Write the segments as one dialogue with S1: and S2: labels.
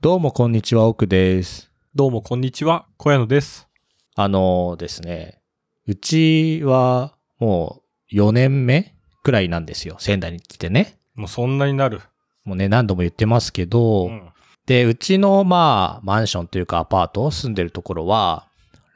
S1: どうもこんにちは、奥です。
S2: どうもこんにちは、小屋野です。
S1: あのですね、うちはもう4年目くらいなんですよ。仙台に来てね。
S2: もうそんなになる。
S1: もうね、何度も言ってますけど、
S2: うん
S1: で、うちのまあ、マンションというかアパート、住んでるところは、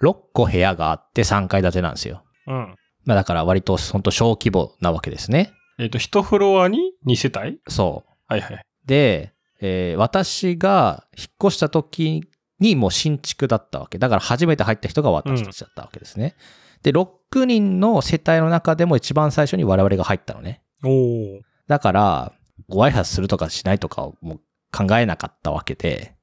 S1: 6個部屋があって3階建てなんですよ。
S2: うん。
S1: まあだから割とほんと小規模なわけですね。
S2: えっ、と、一フロアに2世帯
S1: そう。
S2: はいはい。
S1: で、えー私が引っ越した時にもう新築だったわけ。だから初めて入った人が私たちだったわけですね。で、6人の世帯の中でも一番最初に我々が入ったのね。
S2: おお。
S1: だから、ご挨拶するとかしないとかをもう考えなかったわけで、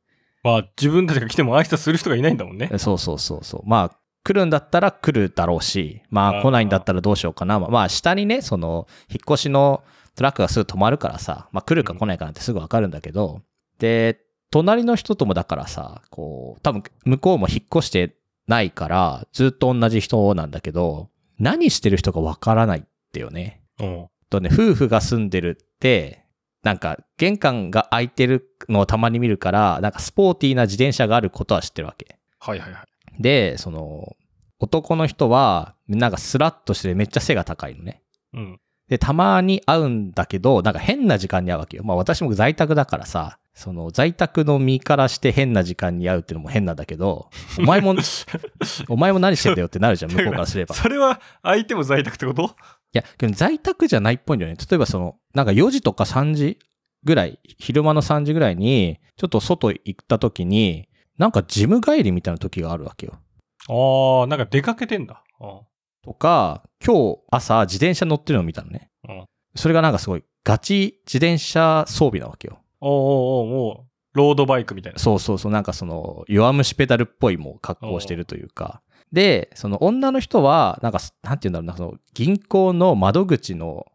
S2: まあ、自分たちが来ても挨拶する人がいないんだもんね。
S1: そうそうそうそう。まあ、来るんだったら来るだろうし、ま
S2: あ
S1: あ
S2: ー
S1: 来ないんだったらどうしようかな。まあまあ下にね、その、引っ越しのトラックがすぐ止まるからさ、まあ来るか来ないかなんてすぐわかるんだけど、で、隣の人ともだからさ、こう、多分向こうも引っ越してないから、ずっと同じ人なんだけど、何してる人かわからないってよね。
S2: うん。
S1: とね、夫婦が住んでるって、なんか玄関が開いてるのをたまに見るから、なんかスポーティーな自転車があることは知ってるわけ。
S2: はいはいはい。
S1: で、その、男の人は、なんかスラッとしてめっちゃ背が高いのね。
S2: うん。
S1: で、たまに会うんだけど、なんか変な時間に会うわけよ。まあ私も在宅だからさ、その在宅の身からして変な時間に会うっていうのも変なんだけど、お前 も、お前も何してんだよってなるじゃん、向こうからすれば。い
S2: それは相手も在宅ってこと
S1: や、けど在宅じゃないっぽいんだよね。例えばその、なんか4時とか3時ぐらい、昼間の3時ぐらいに、ちょっと外行った時に、なんかジム帰りみたいな時があるわけよ。
S2: ああ、なんか出かけてんだ。う
S1: とか、今日朝自転車乗ってるの見たのね。
S2: うん
S1: それがなんかすごいガチ自転車装備なわけよ。
S2: おーおーおーもう、ロードバイクみたいな。
S1: そうそうそう、なんかその弱虫ペダルっぽいもう格好をしてるというか。で、その女の人は、なんか、なんて言うんだろうな、その銀行の窓口の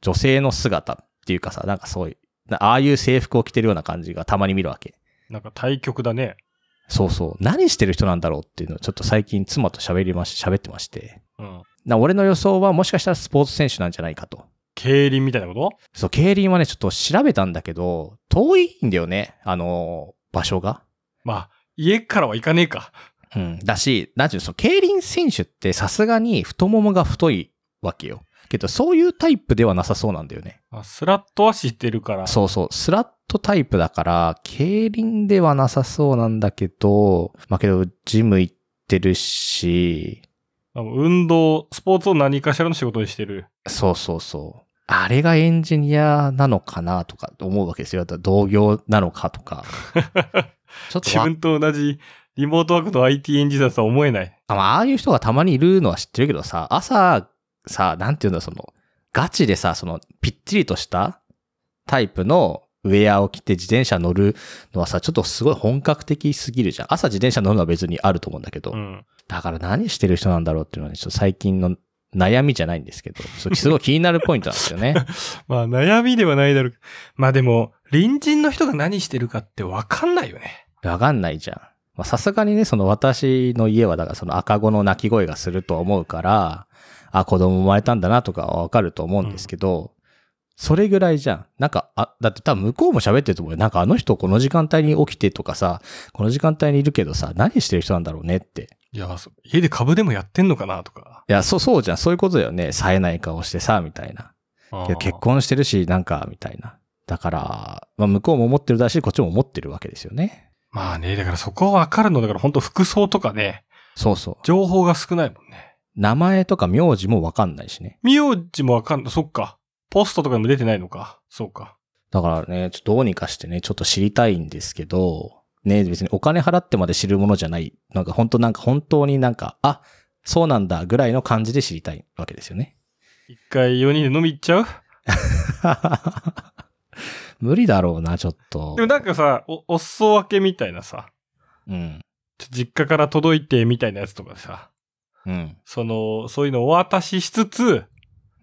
S1: 女性の姿っていうかさ、なんかそういう、なああいう制服を着てるような感じがたまに見るわけ。
S2: なんか対局だね。
S1: そうそう。何してる人なんだろうっていうのをちょっと最近妻と喋りまし、喋ってまして。
S2: うん。
S1: な俺の予想はもしかしたらスポーツ選手なんじゃないかと。
S2: 競輪みたいなこと
S1: そう、競輪はね、ちょっと調べたんだけど、遠いんだよね、あのー、場所が。
S2: まあ、家からは行かねえか。
S1: うん。だし、なんていうの、その競輪選手ってさすがに太ももが太いわけよ。けど、そういうタイプではなさそうなんだよね。
S2: あスラットは知ってるから。
S1: そうそう、スラットタイプだから、競輪ではなさそうなんだけど、まあけど、ジム行ってるし、
S2: あの運動、スポーツを何かしらの仕事にしてる。
S1: そうそうそう。あれがエンジニアなのかなとか思うわけですよ。あと同業なのかとか。ちょっと
S2: 自
S1: わ
S2: 分と同じリモートワークの IT エンジニアとは思えない。
S1: あまあああいう人がたまにいるのは知ってるけどさ、朝、さ、なんていうんだ、その、ガチでさ、その、ぴっちりとしたタイプのウェアを着て自転車乗るのはさ、ちょっとすごい本格的すぎるじゃん。朝自転車乗るのは別にあると思うんだけど、
S2: うん。
S1: だから何してる人なんだろうっていうのはね、ちょっと最近の悩みじゃないんですけど、そうすごい気になるポイントなんですよね。
S2: まあ悩みではないだろう。まあでも、隣人の人が何してるかってわかんないよね。
S1: わかんないじゃん。まあさすがにね、その私の家は、だからその赤子の鳴き声がすると思うから、あ、子供生まれたんだなとかはわかると思うんですけど、それぐらいじゃん。なんか、あ、だって多分向こうも喋ってると思うよ。なんかあの人この時間帯に起きてとかさ、この時間帯にいるけどさ、何してる人なんだろうねって。
S2: いや、そ家で株でもやってんのかなとか。
S1: いや、そう、そうじゃん。そういうことだよね。冴えない顔してさ、みたいな。
S2: あ
S1: け
S2: ー
S1: ど結婚してるし、なんか、みたいな。だから、まあ向こうも思ってるだし、こっちも思ってるわけですよね。
S2: まあね、だからそこはわかるの。だから本当服装とかね、
S1: そうそう。
S2: 情報が少ないもんね。
S1: 名前とか名字もわかんないしね。
S2: 名字もわかんない。そっか。ポストとかにも出てないのか。そうか。
S1: だからね、ちょっとどうにかしてね、ちょっと知りたいんですけど、ね、別にお金払ってまで知るものじゃない。なんか本当なんか本当になんか、あ、そうなんだぐらいの感じで知りたいわけですよね。
S2: 一回4人で飲み行っちゃう
S1: 無理だろうな、ちょっと
S2: で。もなんかさ、お、お裾分けみたいなさ、
S1: うん。
S2: ちょ実家から届いてみたいなやつとかさ、
S1: うん。
S2: その、そういうのをお渡ししつつ、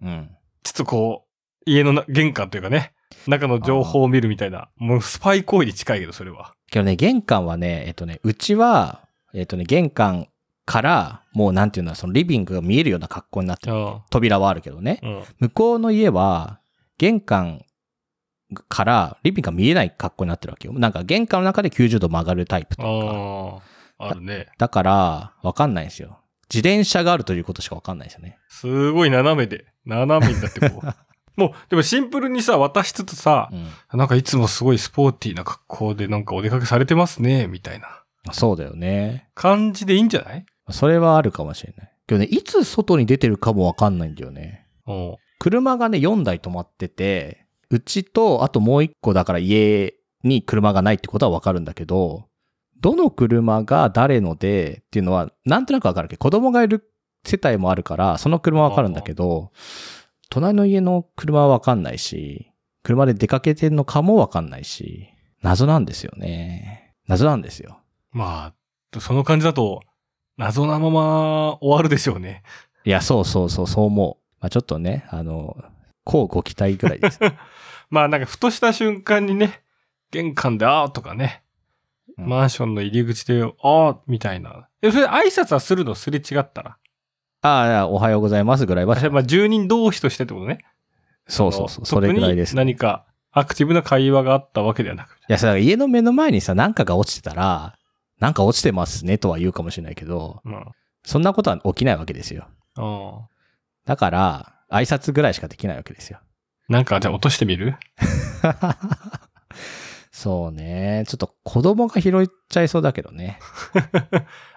S1: うん。
S2: ちょっとこう、家のな玄関というかね、中の情報を見るみたいな、もうスパイ行為に近いけど、それは。
S1: けどね、玄関はね、えっとね、うちは、えっとね、玄関から、もうなんていうんだろう、そのリビングが見えるような格好になってる。
S2: あ
S1: 扉はあるけどね。
S2: うん。
S1: 向こうの家は、玄関から、リビングが見えない格好になってるわけよ。なんか玄関の中で90度曲がるタイプとか。
S2: ああ、あるね。
S1: だから、わかんないんですよ。自転車があるということしかわかんないですよね。
S2: すごい斜めで、斜めになってこ う。もう、でもシンプルにさ、渡しつつさ
S1: う、ん。
S2: なんかいつもすごいスポーティーな格好でなんかお出かけされてますね、みたいな
S1: そうだよね。
S2: 感じでいいんじゃない
S1: それはあるかもしれない。けどね、いつ外に出てるかもわかんないんだよね。
S2: おう
S1: 車がね、4台止まってて、うちと、あともう1個だから家に車がないってことはわかるんだけど、どの車が誰のでっていうのは、なんとなくわかるけど、子供がいる世帯もあるから、その車はわかるんだけど、隣の家の車はわかんないし、車で出かけてんのかもわかんないし、謎なんですよね。謎なんですよ。
S2: まあ、その感じだと、謎なまま終わるでしょうね。
S1: いや、そうそうそう、そう思う。まあ、ちょっとね、あの、こうご期待ぐらいです。
S2: まあなんかふとした瞬間にね、玄関であーとかね、
S1: うん
S2: マンションの入り口であーみたいな。え、それ挨拶はするのすれ違ったら。
S1: ああいや、おはようございますぐらいは
S2: あ。れまあ住人同士としてってことね。
S1: そうそうそう、
S2: あの
S1: それぐらいです。
S2: 特
S1: い
S2: に何かアクティブな会話があったわけではなく。
S1: や、さ、家の目の前にさ、なんかが落ちてたら、なんか落ちてますねとは言うかもしれないけど、
S2: うん。あ
S1: そんなことは起きないわけですよ。
S2: あ。
S1: だから、挨拶ぐらいしかできないわけですよ。
S2: なんかじゃあ落としてみる
S1: そうね。ちょっと子供が拾っちゃいそうだけどね。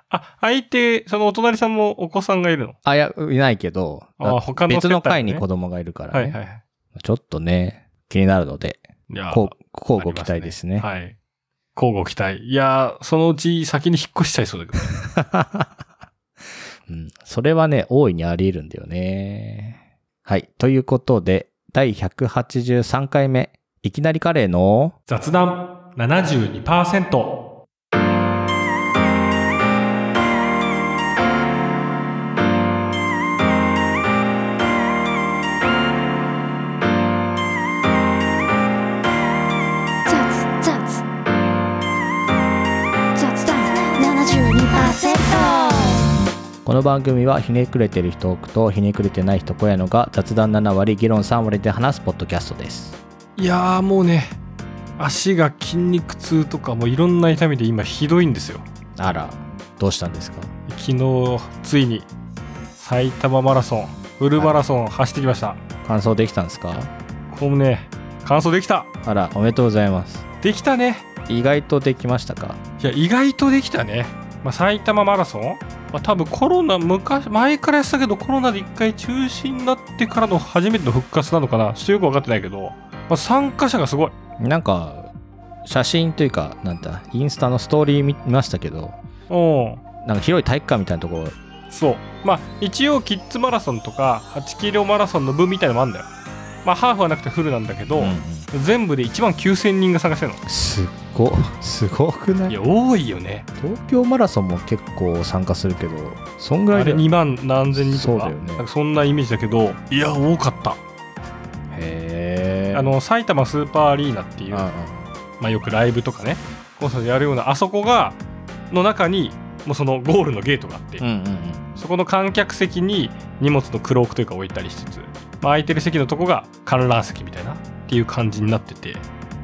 S2: あ、相手、そのお隣さんもお子さんがいるの
S1: あ、いや、いないけど、
S2: ああ他の世
S1: 別
S2: 帯ね
S1: の階に子供がいるから、ね
S2: はいはい。
S1: ちょっとね、気になるので、
S2: いやー
S1: こう、こうご期待ですね。
S2: ありますはい。交互期待。いやー、そのうち先に引っ越しちゃいそうだけ
S1: う
S2: ど。
S1: ん、それはね、大いにあり得るんだよね。はい。ということで、第183回目、いきなりカレーの、
S2: 雑談72%。
S3: 雑雑雑談72%
S1: この番組はひねくれてる人多くとひねくれてない人小屋のが雑談7割、議論3割で話すポッドキャストです。
S2: いやー、もうね、足が筋肉痛とかもういろんな痛みで今ひどいんですよ。
S1: あら、どうしたんですか
S2: 昨日、ついに埼玉マラソン、フルマラソン走ってきました。
S1: 感想できたんですか
S2: こうね、完走できた
S1: あら、おめでとうございます。
S2: できたね
S1: 意外とできましたか
S2: いや、意外とできたね。まあ、埼玉マラソン、まあ、多分コロナ、昔、前からやってたけど、コロナで一回中止になってからの初めての復活なのかな、ちょっとよく分かってないけど、まあ、参加者がすごい。
S1: なんか、写真というか、なんだ、インスタのストーリー見見ましたけど、
S2: うん。
S1: なんか広い体育館みたいなところ、
S2: そう。まあ、一応、キッズマラソンとか、8キロマラソンの分みたいのもあるんだよ。まあ、ハーフはなくてフルなんだけど、
S1: うんうん
S2: 全部で1万9000人が参加してるの。
S1: すっご、すごくない
S2: いや、多いよね。
S1: 東京マラソンも結構参加するけど、そんぐら
S2: あ
S1: いだ
S2: れ
S1: よ
S2: 2万何千人
S1: そう
S2: と
S1: だ
S2: か、
S1: よね
S2: なんかそんなイメージだけど、いや、多かった。
S1: へー
S2: あ、の、埼玉スーパーアリーナっていう、
S1: うんうん
S2: まあ、よくライブとかねコンサートやるようなあそこがの中にもうそのゴールのゲートがあって、
S1: うんうんうん
S2: そこの観客席に荷物のクロークというか置いたりしつつ、まあ、空いてる席のとこが観覧席みたいなっていう感じになってて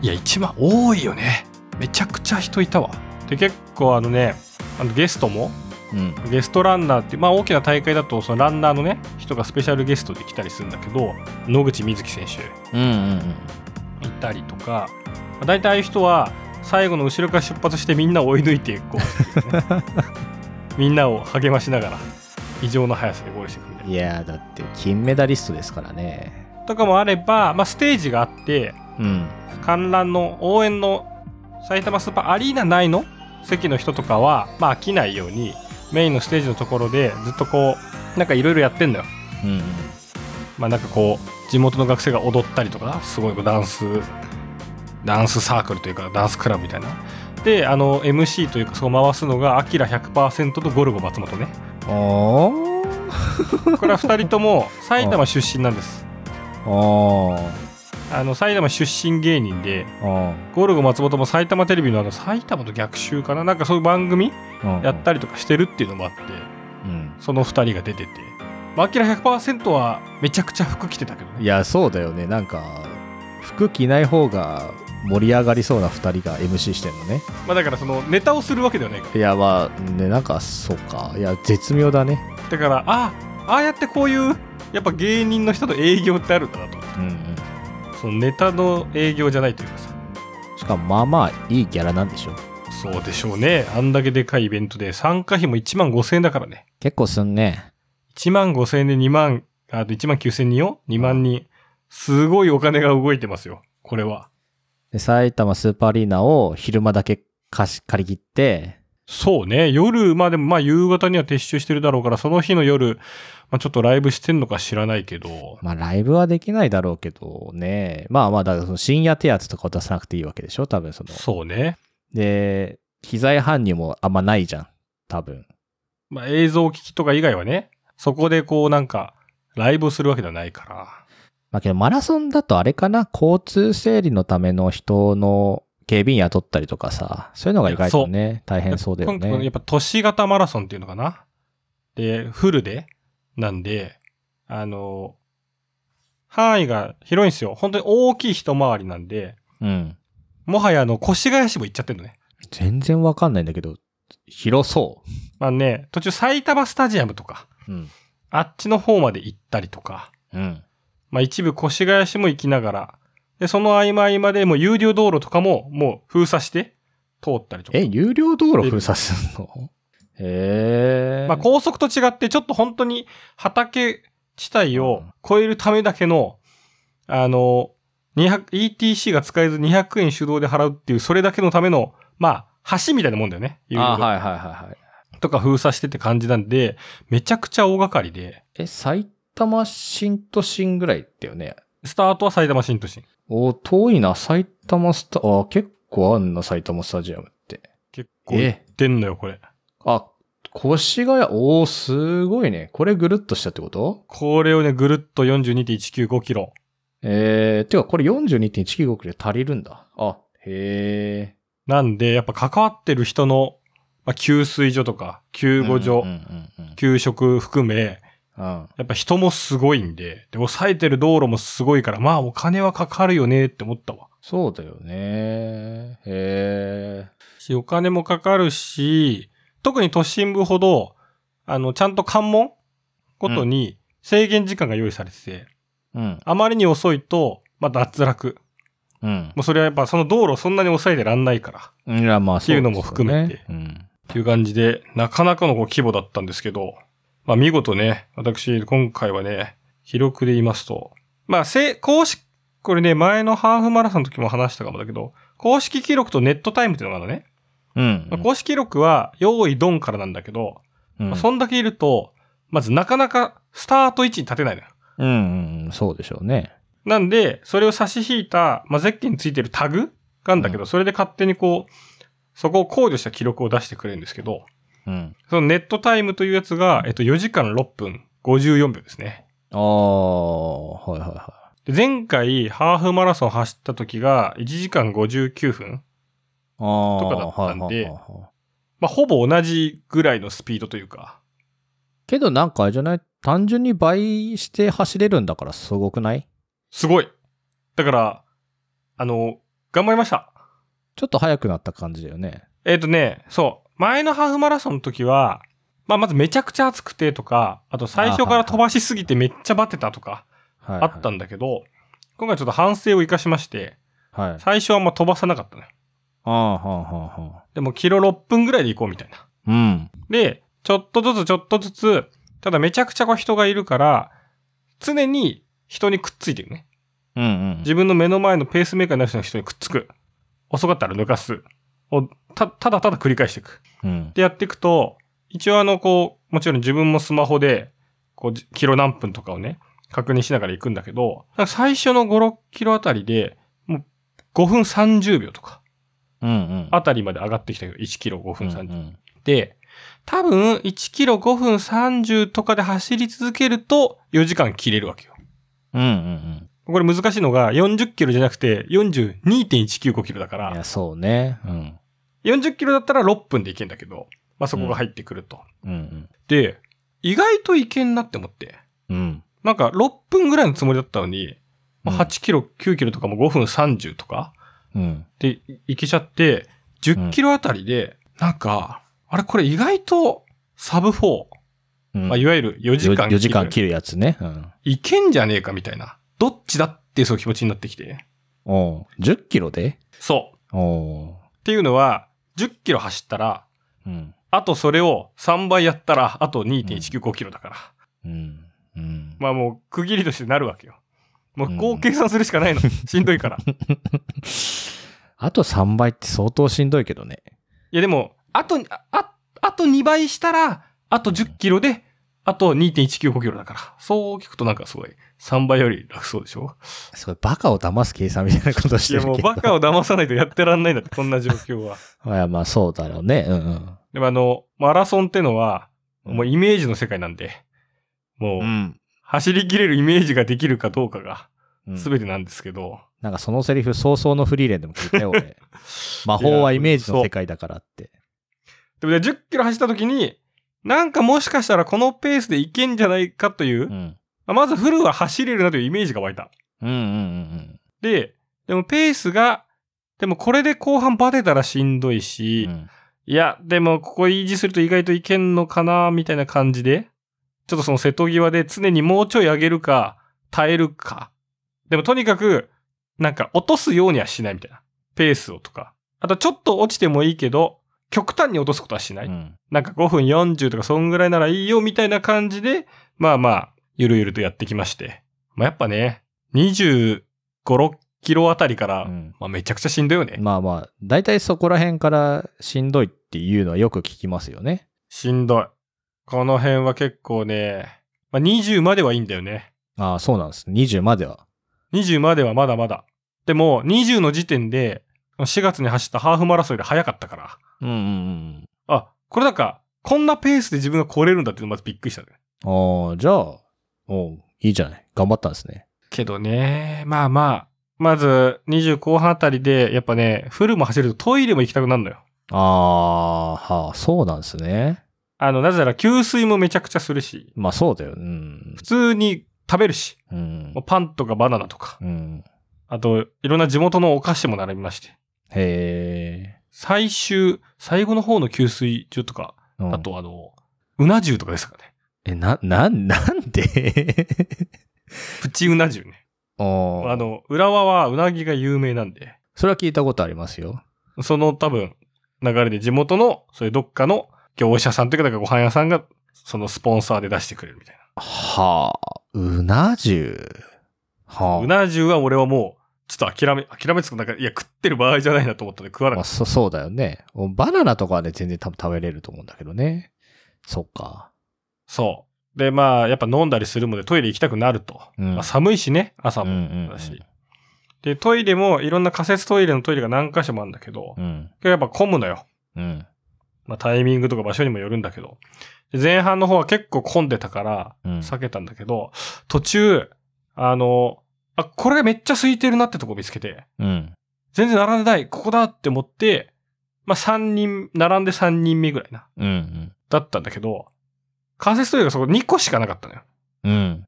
S2: いや一番多いよねめちゃくちゃ人いたわで結構あのねあのゲストも
S1: うん
S2: ゲストランナーって、まあ、大きな大会だとそのランナーのね人がスペシャルゲストで来たりするんだけど野口みずき選手
S1: うんうん
S2: いたりとかまあ大体ああいう人は最後の後ろから出発してみんなを追い抜いていこう、ね、みんなを励ましながら異常な速さでゴールしていくみたい
S1: うんいやーだって金メダリストですからね
S2: なとかもあれば、まあ、ステージがあって
S1: うん
S2: 観覧の応援の埼玉スーパーアリーナ内の席の人とかは、まあ、飽きないようにメインのステージのところでずっとこうなんかいろいろやってんだよ。
S1: うん
S2: まあ、なんかこう地元の学生が踊ったりとかすごいこうダンスダンスサークルというかダンスクラブみたいなであの MC というかそこ回すのが「アキラ100%」と「ゴルゴ松本ね」
S1: うんおー
S2: これは2人とも埼玉出身なんです
S1: おー
S2: あの埼玉出身芸人で
S1: お
S2: ゴルゴ松本も埼玉テレビのあの埼玉の逆襲かななんかそういう番組
S1: ー
S2: やったりとかしてるっていうのもあって
S1: うん
S2: その2人が出てて「まあアキラ100%」はめちゃくちゃ服着てたけど
S1: い
S2: ね
S1: やそうだよねなんか服着ない方が盛り上がりそうな2人が MC してんのね
S2: まあだからそのネタをするわけではないか
S1: いやまあねなんかそうかいや絶妙だね
S2: らだからあああやってこういうやっぱ芸人の人と営業ってあるんだなと思っ
S1: うんうん
S2: てそのネタの営業じゃないというかさ
S1: しかもまあまあいいギャラなんでしょ
S2: そうでしょうねあんだけでかいイベントで参加費も1万5000円だからね
S1: 結構すんね
S2: 1万5000円で2万、あと1万9000人よ ?2 万人。すごいお金が動いてますよ。これは。
S1: で埼玉スーパーアリーナを昼間だけ貸し借り切って
S2: そうね。夜、まあでもまあ夕方には撤収してるだろうから、その日の夜、まあちょっとライブしてんのか知らないけど、
S1: まあライブはできないだろうけどねまあまあだからその深夜手当とかを出さなくていいわけでしょ多分その
S2: そうね。
S1: で機材搬入もあんまないじゃん多分
S2: まあ映像機器とか以外はね、そこでこうなんか、ライブをするわけではないから。
S1: まあけどマラソンだとあれかな交通整理のための人の警備員雇ったりとかさそういうのが意外とね大変そうだよ
S2: 今回や
S1: ね
S2: っぱ都市型マラソンっていうのかなで、フルで、なんで、あの、範囲が広いんですよ。本当に大きい一回りなんで、
S1: うん
S2: もはやあの、越谷市も行っちゃってるのね。
S1: 全然わかんないんだけど広そ
S2: まあね、途中埼玉スタジアムとか、
S1: ううん
S2: あっちの方まで行ったりとか、
S1: うん
S2: まあ一部越谷市も行きながら、で、その合間合間でもう有料道路とかももう封鎖して通ったりとか
S1: え。有料道路封鎖すんの へえ
S2: まあ、高速と違って、ちょっと本当に畑地帯を超えるためだけの、あの、200 ETC が使えず200円手動で払うっていう、それだけのための、まあ、橋みたいなもんだよね。いろいろ
S1: あはいはいはいはい
S2: とか封鎖してって感じなんで、めちゃくちゃ大掛かりで、
S1: え埼玉新都心ぐらいだよね
S2: スタートは埼玉新都心。
S1: お遠いな埼玉スタあ結構あんな埼玉スタジアムって
S2: 結構行ってんのよ、これ。
S1: あ、越谷、おー、すごいね。これぐるっとしたってこと
S2: これをね、ぐるっと42.195キロ。
S1: えー、てかこれ42.195キロで足りるんだ。あ、へえ。
S2: なんで、やっぱ関わってる人の、まあ、給水所とか、救護所、
S1: うんうんうん
S2: 給食含め、
S1: うん。うん
S2: やっぱ人もすごいんで、で、抑えてる道路もすごいから、まあお金はかかるよねって思ったわ。
S1: そうだよね。へえ。
S2: し、お金もかかるし、特に都心部ほど、あの、ちゃんと関門ごとに制限時間が用意されてて、
S1: うん。
S2: あまりに遅いと、まあ脱落。
S1: うん。
S2: もうそれはやっぱその道路をそんなに抑えてらんないから、
S1: いや、まあ、
S2: っていうのも含めて
S1: そうですよね
S2: っていう感じで、なかなかのこう規模だったんですけど、まあ見事ね、私、今回はね、記録で言いますと、まあ、せ、公式、これね、前のハーフマラソンの時も話したかもだけど、公式記録とネットタイムっていうのがあるのね。
S1: うん。う
S2: まあ
S1: ん。
S2: 公式記録は、用意ドンからなんだけど、
S1: うん
S2: まあ、そんだけいると、まずなかなかスタート位置に立てないのよ。
S1: うんうん。そうでしょうね。
S2: なんで、それを差し引いた、まあ、ゼッケンについてるタグがあるんだけど、それで勝手にこう、そこを考慮した記録を出してくれるんですけど、
S1: うん。
S2: そのネットタイムというやつが、えっと、4時間6分54秒ですね。
S1: ああ、はいはいは
S2: で前回、ハーフマラソン走った時が、1時間59分。
S1: い。ああ、
S2: とかだったんで
S1: はいはいはいはい
S2: まあ、ほぼ同じぐらいのスピードというか。
S1: けどなんかあれじゃない単純に倍して走れるんだからすごくない
S2: すごいだから、あの、頑張りました。
S1: ちょっと速くなった感じだよね。
S2: えっ、とね、そう。前のハーフマラソンの時は、まあ、まずめちゃくちゃ暑くてとか、あと最初から飛ばしすぎてめっちゃバテたとか、
S1: はい、
S2: あったんだけど、今回ちょっと反省を生かしまして、
S1: はい。あ
S2: 最初はあんま飛ばさなかったね。
S1: あ、はあ、はあ、はあ。
S2: でも、キロ6分ぐらいで行こうみたいな。
S1: うん。
S2: で、ちょっとずつちょっとずつ、ただめちゃくちゃこう人がいるから、常に人にくっついてるね。
S1: うんうん。
S2: 自分の目の前のペースメーカーになる人の人にくっつく。遅かったら抜かす。をた、ただただ繰り返していく。
S1: うん。
S2: でやっていくと、一応あの、こう、もちろん自分もスマホで、こう、じキロ何分とかをね、確認しながら行くんだけど、なんか最初の5、6キロあたりで、もう5分30秒とか、
S1: うんうん。
S2: あたりまで上がってきたけど、1キロ5
S1: う
S2: 分
S1: ん
S2: 30秒。
S1: うん。
S2: で、多分1キロ5分30とかで走り続けると4時間切れるわけよ。
S1: うんうん
S2: これ難しいのが40キロじゃなくて42.195キロだか
S1: うん。いや、
S2: ら、
S1: そうね。うん。
S2: 40キロだったら6分でいけんだけど、まあそこが入ってくると。
S1: うん
S2: で、意外といけんなって思って。
S1: うん。うん。
S2: なんか6分ぐらいのつもりだったのに、まあ、
S1: うん
S2: 8キロ、9キロとかも5分30とか
S1: うん。
S2: で行けちゃって、10キロあたりで、なんか、あれこれ意外とサブ4、
S1: うん
S2: まあ、いわゆる4時間
S1: 4時間切るやつね。うん。
S2: いけんじゃねえかみたいな。どっちだっていうそういう気持ちになってきて。
S1: おう10キロで
S2: そう。
S1: おう
S2: っていうのは、10キロ走ったら、
S1: うん。
S2: あとそれを3倍やったら、あと2.195キロだから。
S1: うん。うん。
S2: まあもう区切りとしてなるわけよ。も
S1: う
S2: うんこう計算するしかないの。しんどい から。い
S1: あと3倍って相当しんどいけどね。
S2: やでも、あと、ああ、あと2倍したら、あと10キロで、あと2.195キロだから。そう聞くとなんかすごい、3倍より楽そうでしょ
S1: すごい、バカを騙す計算みたいなことして
S2: い
S1: る
S2: や
S1: けど。
S2: もうバカを騙さないとやってらんないんだって、こんな状況は。
S1: いや、まあそうだろうね。うん
S2: でもあの、マラソンってのは、
S1: うん
S2: もうイメージの世界なんで、も
S1: う
S2: う、
S1: ん。
S2: 走り切れるイメージができるかどうかが、
S1: うん。
S2: 全てなんですけど、
S1: なんかそのセリフ、早々のフリーレンでも聞いたよ、 俺。魔法はイメージの世界だからって。
S2: でもね、10キロ走った時に、なんかもしかしたらこのペースでいけんじゃないかという、
S1: うん。
S2: まあまずフルは走れるなというイメージが湧いた。
S1: うんうんうん
S2: で、でもペースが、でもこれで後半バテたらしんどいし、
S1: うんうん。
S2: いや、でもここ維持すると意外といけんのかな、みたいな感じで、ちょっとその瀬戸際で常にもうちょい上げるか、耐えるか。でもとにかく、なんか落とすようにはしないみたいな。ペースをとか。あとちょっと落ちてもいいけど、極端に落とすことはしない。
S1: うん
S2: なんか5分40とかそんぐらいならいいよみたいな感じで、まあまあ、ゆるゆるとやってきまして。まあやっぱね、25、6キロあたりから、
S1: うん
S2: まあめちゃくちゃしんどいよね。
S1: まあまあ、大体そこら辺からしんどいっていうのはよく聞きますよね。
S2: しんどい。この辺は結構ね、まあ20まではいいんだよね。
S1: ああ、そうなんです。20までは。
S2: 20まではまだまだ。でも、20の時点で、4月に走ったハーフマラソンより早かったから、
S1: うんうん
S2: あ、これなんか、こんなペースで自分が来れるんだっていうのまずびっくりしたね。
S1: うん。ああ、じゃあ、おういいじゃない。頑張ったんですね。
S2: けどね、まあまあ、まず20後半あたりで、やっぱね、フルも走るとトイレも行きたくなるのよ。
S1: ああ、はあ、そうなんですね。
S2: あの、なぜなら給水もめちゃくちゃするし、
S1: まあそうだよ。うん
S2: 普。通に食べるし、
S1: うん
S2: もう。パンとかバナナとか、
S1: うん。
S2: あと、いろんな地元のお菓子も並びまして、
S1: へえ。
S2: 最終、最後の方の給水所とか、
S1: うん
S2: あとあの、うな重とかですかね。
S1: え、な、な、なん で
S2: プチうな重ね。
S1: おー
S2: あの、浦和はうなぎが有名なんで、
S1: それは聞いたことありますよ。
S2: その多分、流れで地元の、そういうどっかの業者さんというか、なんかご飯屋さんが、そのスポンサーで出してくれるみたいな。
S1: はあ、うな重。はあ。
S2: うな重は俺はもう、ちょっと諦め、諦めつく、なんか、いや、食ってる場合じゃないなと思ったんで食わな
S1: ま
S2: か
S1: あ、
S2: っ
S1: そそうだよね。おバナナとかはね、全然多分食べれると思うんだけどね。そっか。
S2: た。そう。で、まあ、やっぱ飲んだりするのでトイレ行きたくなると。
S1: うん
S2: まあ、寒いしね、朝
S1: うんう
S2: も。
S1: ん
S2: だしで、トイレも、いろんな仮設トイレのトイレが何箇所もあるんだけど
S1: う、ん。
S2: やっぱ混むのよ。
S1: うん。
S2: まあ、タイミングとか場所にもよるんだけど。で前半の方は結構混んでたから、
S1: うん
S2: 避けたんだけど、途中、あの、あ、これめっちゃ空いてるなってとこ見つけて、
S1: うん。
S2: 全然並んでない、ここだって思って、まあ、3人、並んで3人目ぐらいな、
S1: うん。うん。
S2: だったんだけど、仮設トイレがそこ2個しかなかったのよ。
S1: うん。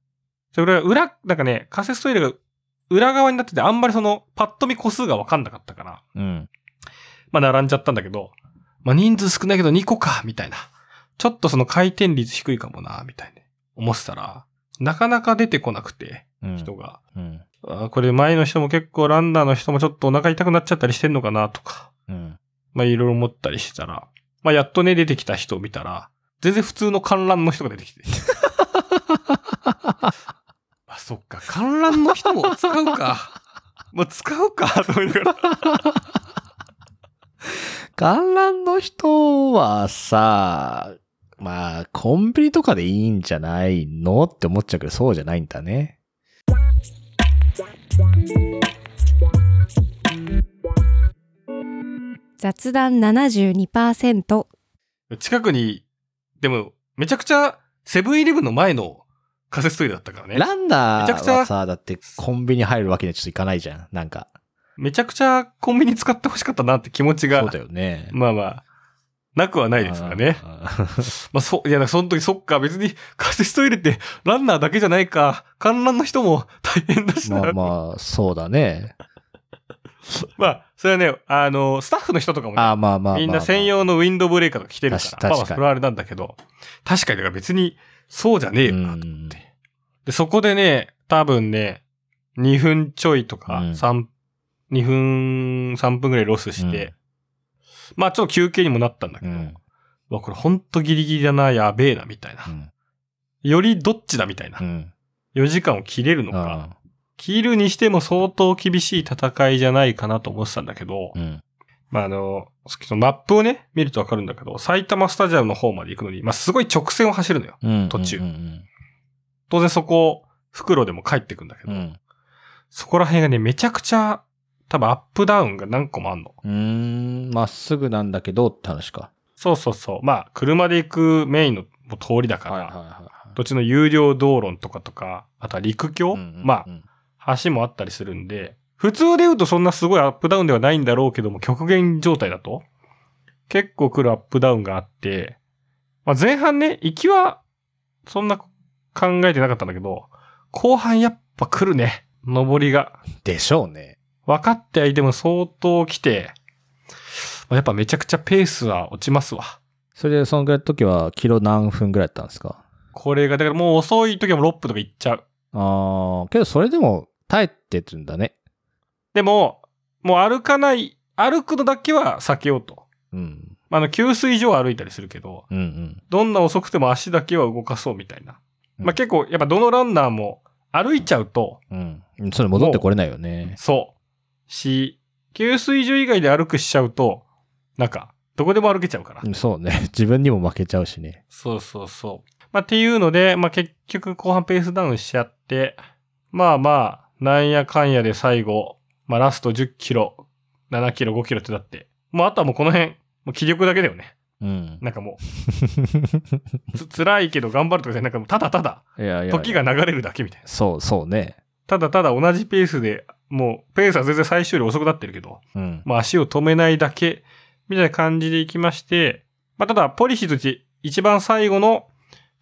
S2: それが裏、なんかね、仮設トイレが裏側になってて、あんまりその、パッと見個数がわかんなかったから、
S1: うん。
S2: まあ、並んじゃったんだけど、まあ、人数少ないけど2個か、みたいな。ちょっとその回転率低いかもな、みたいに思ってたら、なかなか出てこなくて、
S1: うん。
S2: 人が。
S1: うん。
S2: あーこれ前の人も結構ランナーの人もちょっとお腹痛くなっちゃったりしてんのかなとか、
S1: うん。
S2: まあいろいろ思ったりしてたら、まあやっとね出てきた人を見たら、全然普通の観覧の人が出て きて。あ、そっか、観覧の人も使うか。もう使うか、と思いながら。
S1: 観覧の人はさ、まあ、コンビニとかでいいんじゃないのって思っちゃうけど、そうじゃないんだね。
S4: 雑談72%
S2: 近くに、でも、めちゃくちゃ、セブンイレブンの前の仮設トイレだったからね。
S1: ランナ
S2: めちゃくち
S1: ー
S2: ゃ
S1: はさ、だってコンビニ入るわけにはちょっといかないじゃん。なんか。
S2: めちゃくちゃコンビニ使ってほしかったなって気持ちが
S1: そうだよね。
S2: まあまあ、なくはないですからね。
S1: あー。
S2: まあ、そう、いや、その時、そっか、別に仮設トイレってランナーだけじゃないか、観覧の人も大変だし
S1: ま
S2: な。ま
S1: あ
S2: あ、
S1: まあ、そう だね。
S2: それはね、あの、スタッフの人とかもね、
S1: あーまあまあまあまあ。
S2: みんな専用のウィンドブレーカーとか着てる
S1: 確
S2: か、
S1: からに
S2: まあまあ、それはあれなんだけど、確かに、だから別に、そうじゃねえよな、
S1: うん
S2: で、そこでね、多分ね、2分ちょいと
S1: う
S2: か、
S1: ん
S2: 三2分、3分ぐらいロスして、まあちょっと休憩にもなったんだけ
S1: う。
S2: ど、うんわ、これほんとギリギリだな、やべえな、みたいな。
S1: うん
S2: よりどっちだ、みたいな
S1: う。ん。
S2: 4時間を切れるのか、
S1: あ
S2: 切るにしても相当厳しい戦いじゃないかなと思ってたんだけど、
S1: ーうん。
S2: まあ、あの、そのマップをね、見るとわかるんだけど、埼玉スタジアムの方まで行くのに、まあ、すごい直線を走るのよ。
S1: うん。
S2: 途中
S1: うんうん
S2: 当然そこ、袋でも帰ってくんだけ
S1: う
S2: ど、
S1: ん。
S2: そこら辺がね、めちゃくちゃ、多分アップダウンが何個もあんの。
S1: うーん。まっすぐなんだけどって話か。
S2: そうそうそう。まあ、車で行くメインのもう通りだから、
S1: は
S2: 土地の有料道路とかとか、あとは陸橋、
S1: うんうん
S2: ま
S1: うん
S2: あ、橋もあったりするんで、普通で言うとそんなすごいアップダウンではないんだろうけども、極限状態だと、結構来るアップダウンがあって、まあ前半ね、行きは、そんな考えてなかったんだけど、後半やっぱ来るね、上りが。
S1: でしょうね。
S2: 分かってはいても相当来て、まあやっぱめちゃくちゃペースは落ちますわ。
S1: それで、そのぐらいの時は、キロ何分ぐらいだったんですか
S2: これが、だからもう遅い時はもう6分とか行っちゃう。
S1: ああ、けどそれでも耐えてるんだね。
S2: でも、もう歩かない、歩くのだけは避けようと。
S1: うん。
S2: まあ、あの、給水所は歩いたりするけど、
S1: うんうん。
S2: どんな遅くても足だけは動かそうみたいな。まあ、結構、やっぱどのランナーも歩いちゃうと、
S1: うん。それ戻ってこれないよね。
S2: そう。し、給水所以外で歩くしちゃうと、なんか、どこでも歩けちゃうから。
S1: うんそうね。 自分にも負けちゃうしね。
S2: そうそうそう。まあ、っていうので、まあ、結局後半ペースダウンしちゃって、まあまあ、なんやかんやで最後、まあ、ラスト10キロ、7キロ、5キロってだって、もうあとはもうこの辺、もう気力だけだよね。
S1: うん。
S2: なんかもう、つ 辛いけど頑張るとかじゃなくて、もうただただ、
S1: いやいや。
S2: 時が流れるだけみたいな。
S1: そう、そうね。
S2: ただただ同じペースで、もう、ペースは全然最終より遅くなってるけど、
S1: うん。
S2: まあ、足を止めないだけ、みたいな感じで行きまして、まあ、ただ、ポリシーとして一番最後の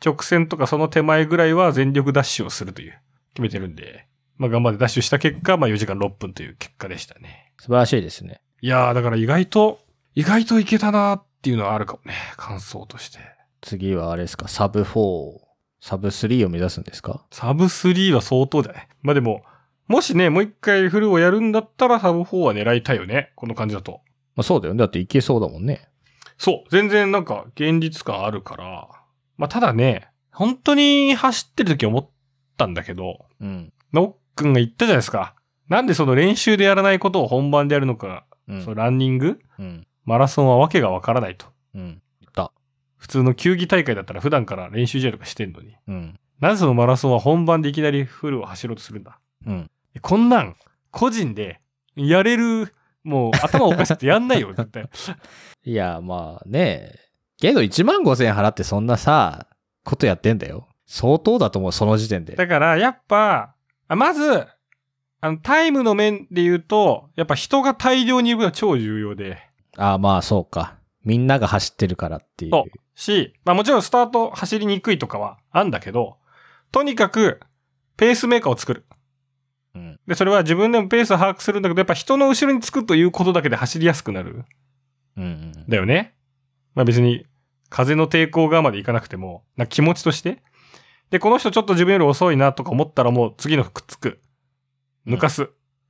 S2: 直線とかその手前ぐらいは全力ダッシュをするという、決めてるんで、まあ、頑張ってダッシュした結果、まあ、4時間6分という結果でしたね。
S1: 素晴らしいですね。
S2: いやー、だから意外と、意外といけたなーっていうのはあるかもね、感想として。
S1: 次はあれですか、サブ4、サブ3を目指すんですか
S2: サブ3は相当だね。まあ、でも、もしね、もう一回フルをやるんだったらサブ4は狙いたいよね。この感じだと。
S1: まあそうだよね。だっていけそうだもんね。
S2: そう、全然なんか現実感あるから。まあ、ただね、本当に走ってる時思ったんだけど、
S1: うん。
S2: ノックンが言ったじゃないですか。なんでその練習でやらないことを本番でやるのか、
S1: うん
S2: そのランニング
S1: うん。
S2: マラソンはわけがわからないと。
S1: うん。
S2: 普通の球技大会だったら普段から練習試合とかしてんのに。
S1: うん。
S2: なぜそのマラソンは本番でいきなりフルを走ろうとするんだ。
S1: うん。
S2: こんなん、個人で、やれる、もう頭おかしくてやんないよ、絶対。
S1: いや、まあね。けど1万5千円払ってそんなさ、ことやってんだよ。相当だと思う、その時点で。
S2: だから、やっぱ、あまず、あの、タイムの面で言うと、やっぱ人が大量にいるのは超重要で、
S1: ああ、まあそうか。みんなが走ってるからっていう。
S2: そうし、まあもちろんスタート走りにくいとかはあんだけど、とにかく、ペースメーカーを作る。
S1: うん。
S2: で、それは自分でもペースを把握するんだけど、やっぱ人の後ろにつくということだけで走りやすくなる。
S1: うんうん。
S2: だよね。まあ別に、風の抵抗側までいかなくても、なんか気持ちとして。で、この人ちょっと自分より遅いなとか思ったらもう次のくっつく。抜かす。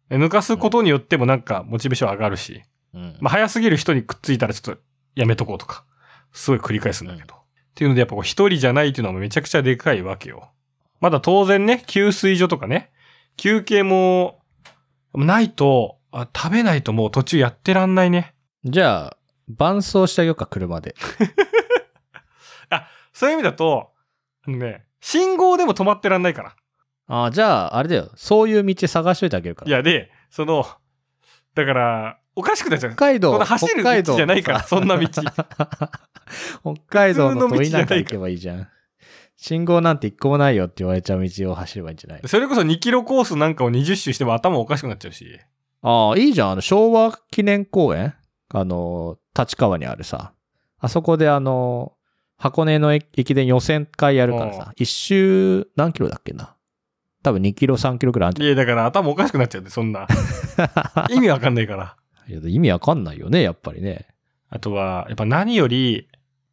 S2: で抜かすことによってもなんかモチベーション上がるし、
S1: うん
S2: まあ早すぎる人にくっついたらちょっとやめとこうとか、すごい繰り返すんだけど。っていうのでやっぱこう一人じゃないっていうのはめちゃくちゃでかいわけよ。まだ当然ね、給水所とかね、休憩もないと、あ食べないともう途中やってらんないね。
S1: じゃあ、伴走してあげようか、車で。
S2: そういう意味だと、あのね、信号でも止まってらんないから。
S1: ああ、じゃあ、あれだよ。そういう道探しといてあげるから。
S2: い、や、で、その、だから、おかしくなっちゃう
S1: 北。海
S2: そ
S1: 道、
S2: んな走る
S1: 北海道
S2: 道じゃないから、
S1: さ
S2: そんな 道。
S1: 北海道の
S2: 普通の道
S1: 鳥
S2: じゃ
S1: ないん
S2: なか
S1: から行けばいいじゃん。信号なんて一個もないよって言われちゃう道を走ればいいんじゃない
S2: それこそ2キロコースなんかを20周しても頭おかしくなっちゃうし。
S1: ああ、いいじゃん。あの、昭和記念公園あの、立川にあるさ、あそこであの、箱根の駅駅伝予選会やるから
S2: う
S1: さ、一周何キロだっけな多分2キロ3キロくらいあんじ
S2: いや、だから頭おかしくなっちゃうんで、そんな。意味わかんないから。
S1: ゃん。いや意味わかんないよね、やっぱりね。
S2: あとは、やっぱ何より、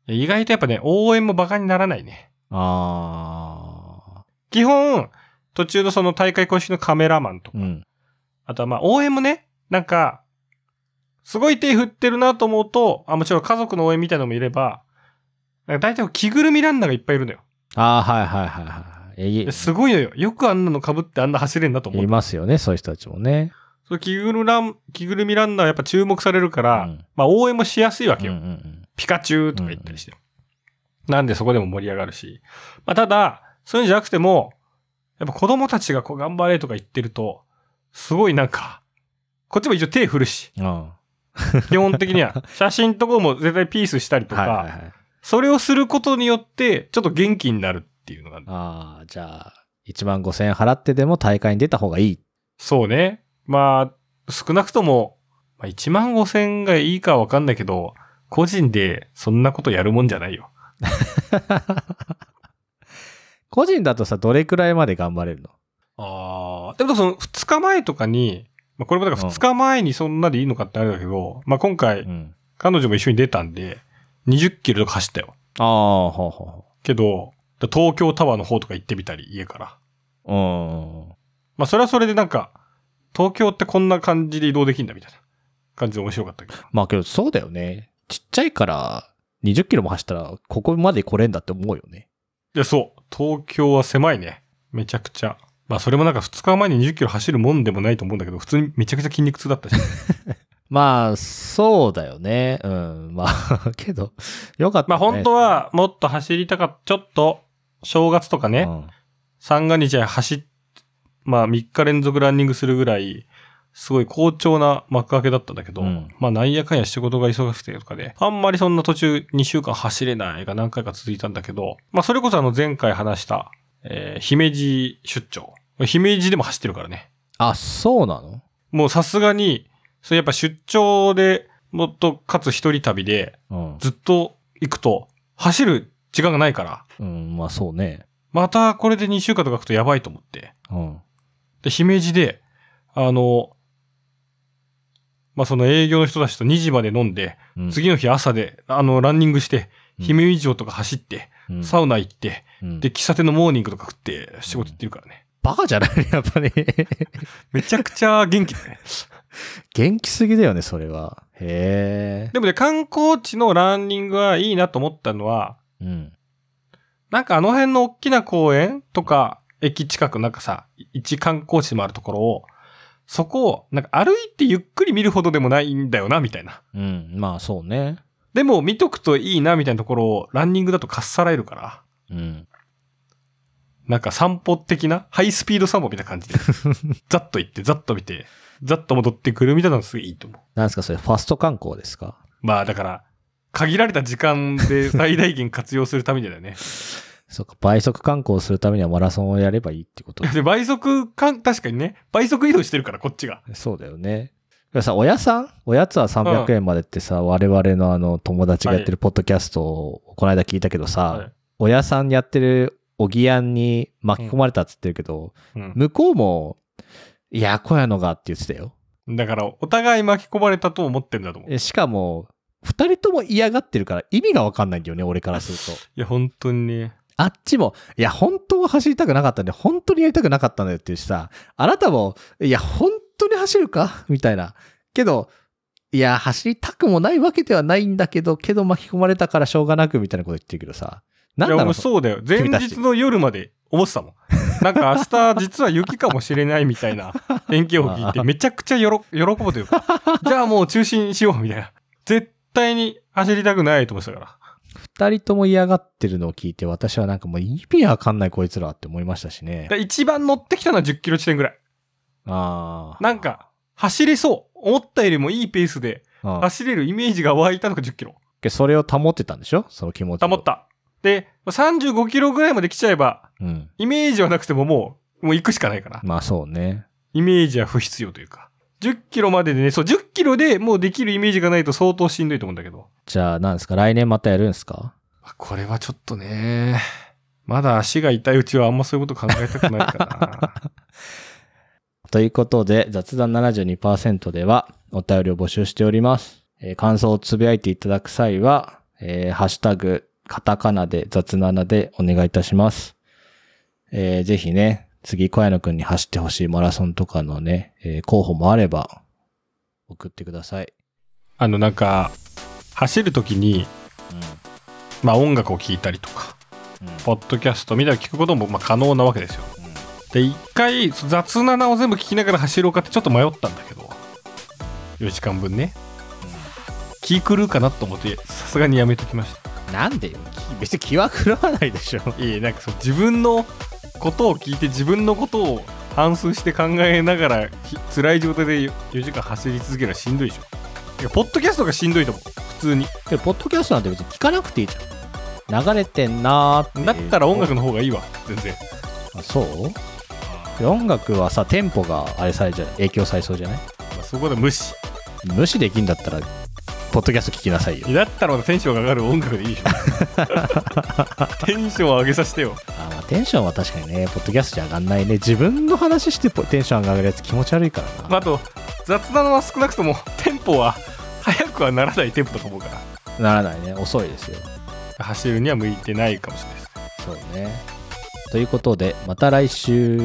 S2: 意外とやっぱね、応援も馬鹿にならないね。
S1: あ
S2: 基本、途中のその大会公式のカメラマンと
S1: ー。
S2: か、
S1: うん。
S2: あとはまあ応援もね、なんか、すごい手振ってるなと思うと、あ、もちろん家族の応援みたいのもいれば、なんか大体着ぐるみランナーがいっぱいいるのよ。
S1: ああ、はいはいはいはい。えい
S2: ですごいのよ。よくあんなの被ってあんな走れんだと思。
S1: いうますよね、そういう人たちもね。
S2: そう着ぐるラン着ぐるみランナーはやっぱ注目されるから、
S1: うん
S2: まあ応援もしやすいわ
S1: う
S2: け
S1: んう
S2: よ。
S1: んうん
S2: ピカチュウとか言ったりして。なんでそこでも盛り上がるし。まあただ、そういうんじゃなくても、やっぱ子供たちがこう頑張れとか言ってると、すごいなんか、こっちも一応手振 るし、
S1: あ
S2: 基本的には。写真とかも絶対ピースしたり
S1: ー
S2: とか、
S1: はいはいはい。
S2: それをすることによって、ちょっと元気になるっていうのが、
S1: ああ、じゃあ、1万5000円払ってでも大会に出た方がいい。
S2: そうね。まあ、少なくとも、まあ、1万5千がいいかわかんないけど、個人でそんなことやるもんじゃないよ。
S1: 個人だとさ、どれくらいまで頑張れるの
S2: ああ。でもその2日前とかに、まあ、これもだから
S1: うん
S2: 2日前にそんなでいいのかってあれだけど、まあ今回、
S1: ん。
S2: 彼女も一緒に出たんで、20キロとか走ったよ。
S1: ああ、ほうほ
S2: けど、だ東京タワーの方とか行ってみたり、家から。
S1: うほう。うん。
S2: まあそれはそれでなんか、東京ってこんな感じで移動できんだみたいな感じで面白かったけど。
S1: まあけど、そうだよね。ちっちゃいから、20キロも走ったら、ここまで来れんだって思うよね。
S2: いや、そう。東京は狭いね。めちゃくちゃ。まあそれもなんか2日前に20キロ走るもんでもないと思うんだけど、普通にめちゃくちゃ筋肉痛だったし。
S1: まあ、そうだよね。うん。まあ、けど、よかった、ね。
S2: まあ本当はもっと走りたかった。ちょっと、正月とかね、
S1: うん
S2: 三が日は走っ、まあ3日連続ランニングするぐらい、すごい好調な幕開けだったんだけど、
S1: うん
S2: まあなんやかんや仕事が忙しくてとかで、あんまりそんな途中2週間走れないが何回か続いたんだけど、まあそれこそあの前回話した、えー姫路出張。姫路でも走ってるからね。
S1: あ、そうなの
S2: もうさすがに、それやっぱ出張でもっと、かつ一人旅で
S1: うん。
S2: ずっと行くと、走る時間がないから、
S1: うん、まあそうね。
S2: またこれで2週間とか空くとやばいと思って、
S1: うん。
S2: で、姫路で、あの、まあ、その営業の人たちと2時まで飲んで、
S1: うん、
S2: 次の日朝で、あの、ランニングして、
S1: うん
S2: 姫路城とか走って、
S1: うん、
S2: サウナ行って、
S1: うん
S2: で、喫茶店のモーニングとか食って、仕事行ってるからね。
S1: バカじゃない やっぱり。
S2: めちゃくちゃ元気だね。
S1: 元気すぎだよね、それは。へえ。
S2: でもね、観光地のランニングはいいなと思ったのは、
S1: うん。
S2: なんかあの辺の大きな公園とか、駅近くなんかさ、一観光地もあるところを、そこを、なんか歩いてゆっくり見るほどでもないんだよな、みたいな。
S1: うん。まあそうね。
S2: でも見とくといいなみたいなところをランニングだとかっさらえるから、
S1: うん。
S2: なんか散歩的な、ハイスピード散歩みたいな感じ で、ざっと行って、ざっと見て、ざっと戻ってくるみたいなのすごいいいと思う。
S1: なんですか、それ、ファスト観光ですか
S2: まあだから、限られた時間で最大限活用するためにだよね。
S1: そうか、倍速観光するためにはマラソンをやればいいってこと
S2: で、倍速かん、確かにね、倍速移動してるから、こっちが。
S1: そうだよね。でもさ、おやさんおやつは300円までってさ、我々のあの友達がやってるポッドキャストをこの間聞いたけどさ、
S2: はい
S1: おやさんやってるおぎやんに巻き込まれたっつってるけど、
S2: うん
S1: 向こうも、いや、小屋のがって言ってたよ。
S2: だから、お互い巻き込まれたと思ってるんだと思う。い
S1: えしかも、二人とも嫌がってるから意味がわかんないんだよね、俺からすると。
S2: や、本当にね。
S1: あっちも、いや、本当は走りたくなかったんで、本当にやりたくなかったんだよっていうしさ、あなたも、いや、本当に走るかみたいな。けど、いや、走りたくもないわけではないんだけど、けど巻き込まれたからしょうがなくみたいなこと言ってるけどさ、なん
S2: いや、
S1: だ
S2: も
S1: ろう
S2: う、そうだよ。前
S1: 君たち
S2: 日の夜まで思ってたも ん。なんか明日実は雪かもしれないみたいな天気予報聞いてめちゃくちゃよろ喜ぶとい うか、じゃあもう中止にしようみたいな。絶対に走りたくないと思ってたから。
S1: 二人とも嫌がってるのを聞いて、私はなんかもう意味わかんないこいつらって思いましたしね。
S2: で一番乗ってきたのは10キロ地点ぐらい。
S1: ああ。
S2: なんか走れそう。思ったよりもいいペースで
S1: うん、
S2: 走れるイメージが湧いたのが10キロ。
S1: けそれを保ってたんでしょその気持ちを。
S2: 保っ。た。で、35キロぐらいまで来ちゃえば、
S1: うん。
S2: イメージはなくてももう、もう行くしかないから。
S1: まあそうね。
S2: イメージは不必要というか。 10キロまででね、そう、10キロでもうできるイメージがないと相当しんどいと思うんだけど。
S1: じゃあ、何ですか来年またやるんですか
S2: まあこれはちょっとね、まだ足が痛いうちはあんまそういうこと考えたくないからな。
S1: ということで、雑談72%ではお便りを募集しております。えー感想をつぶやいていただく際は、えーハッシュタグ、カタカナで雑7でお願いいたします。えーぜひね、次、小谷野くんに走ってほしいマラソンとかのね、えー候補もあれば、送ってください。
S2: あの、なんか、走るときに、まあ音楽を聴いたりとか、ポッドキャストみたいなの聞くこともまあ可能なわけですよ。で、一回そ雑ななを全部聞きながら走ろうかってちょっと迷ったんだけど、4時間分ね。気狂うかなと思って、さすがにやめときました。
S1: なんでよ 別に気は狂わないでしょ。
S2: いえなんかそう自分のことを聞いて自分のことを反芻して考えながらひ辛い状態で4時間走り続けるのはしんどいでしょいやポッドキャストがしんどいと思う普通に
S1: で、ポッドキャストなんて別に聞かなくていいじゃん。流れてんなーっていう
S2: だったら音楽の方がいいわ全然
S1: あそうで音楽はさテンポがあれされちゃう影響されそうじゃない
S2: まあそこで無視
S1: 無視できんだったらポッドキャスト聞きなさいよ
S2: だったらまだテンションが上がる音楽でいいでしょテンションを上げさせてよ
S1: あ、まあ、テンションは確かにねポッドキャストじゃ上がんないね自分の話してポテンション上がるやつ気持ち悪いからな、
S2: まああと雑談は少なくともテンポは速くはならないテンポだと思うから
S1: ならないね遅いですよ
S2: 走るには向いてないかもしれないです
S1: そうねということでまた来週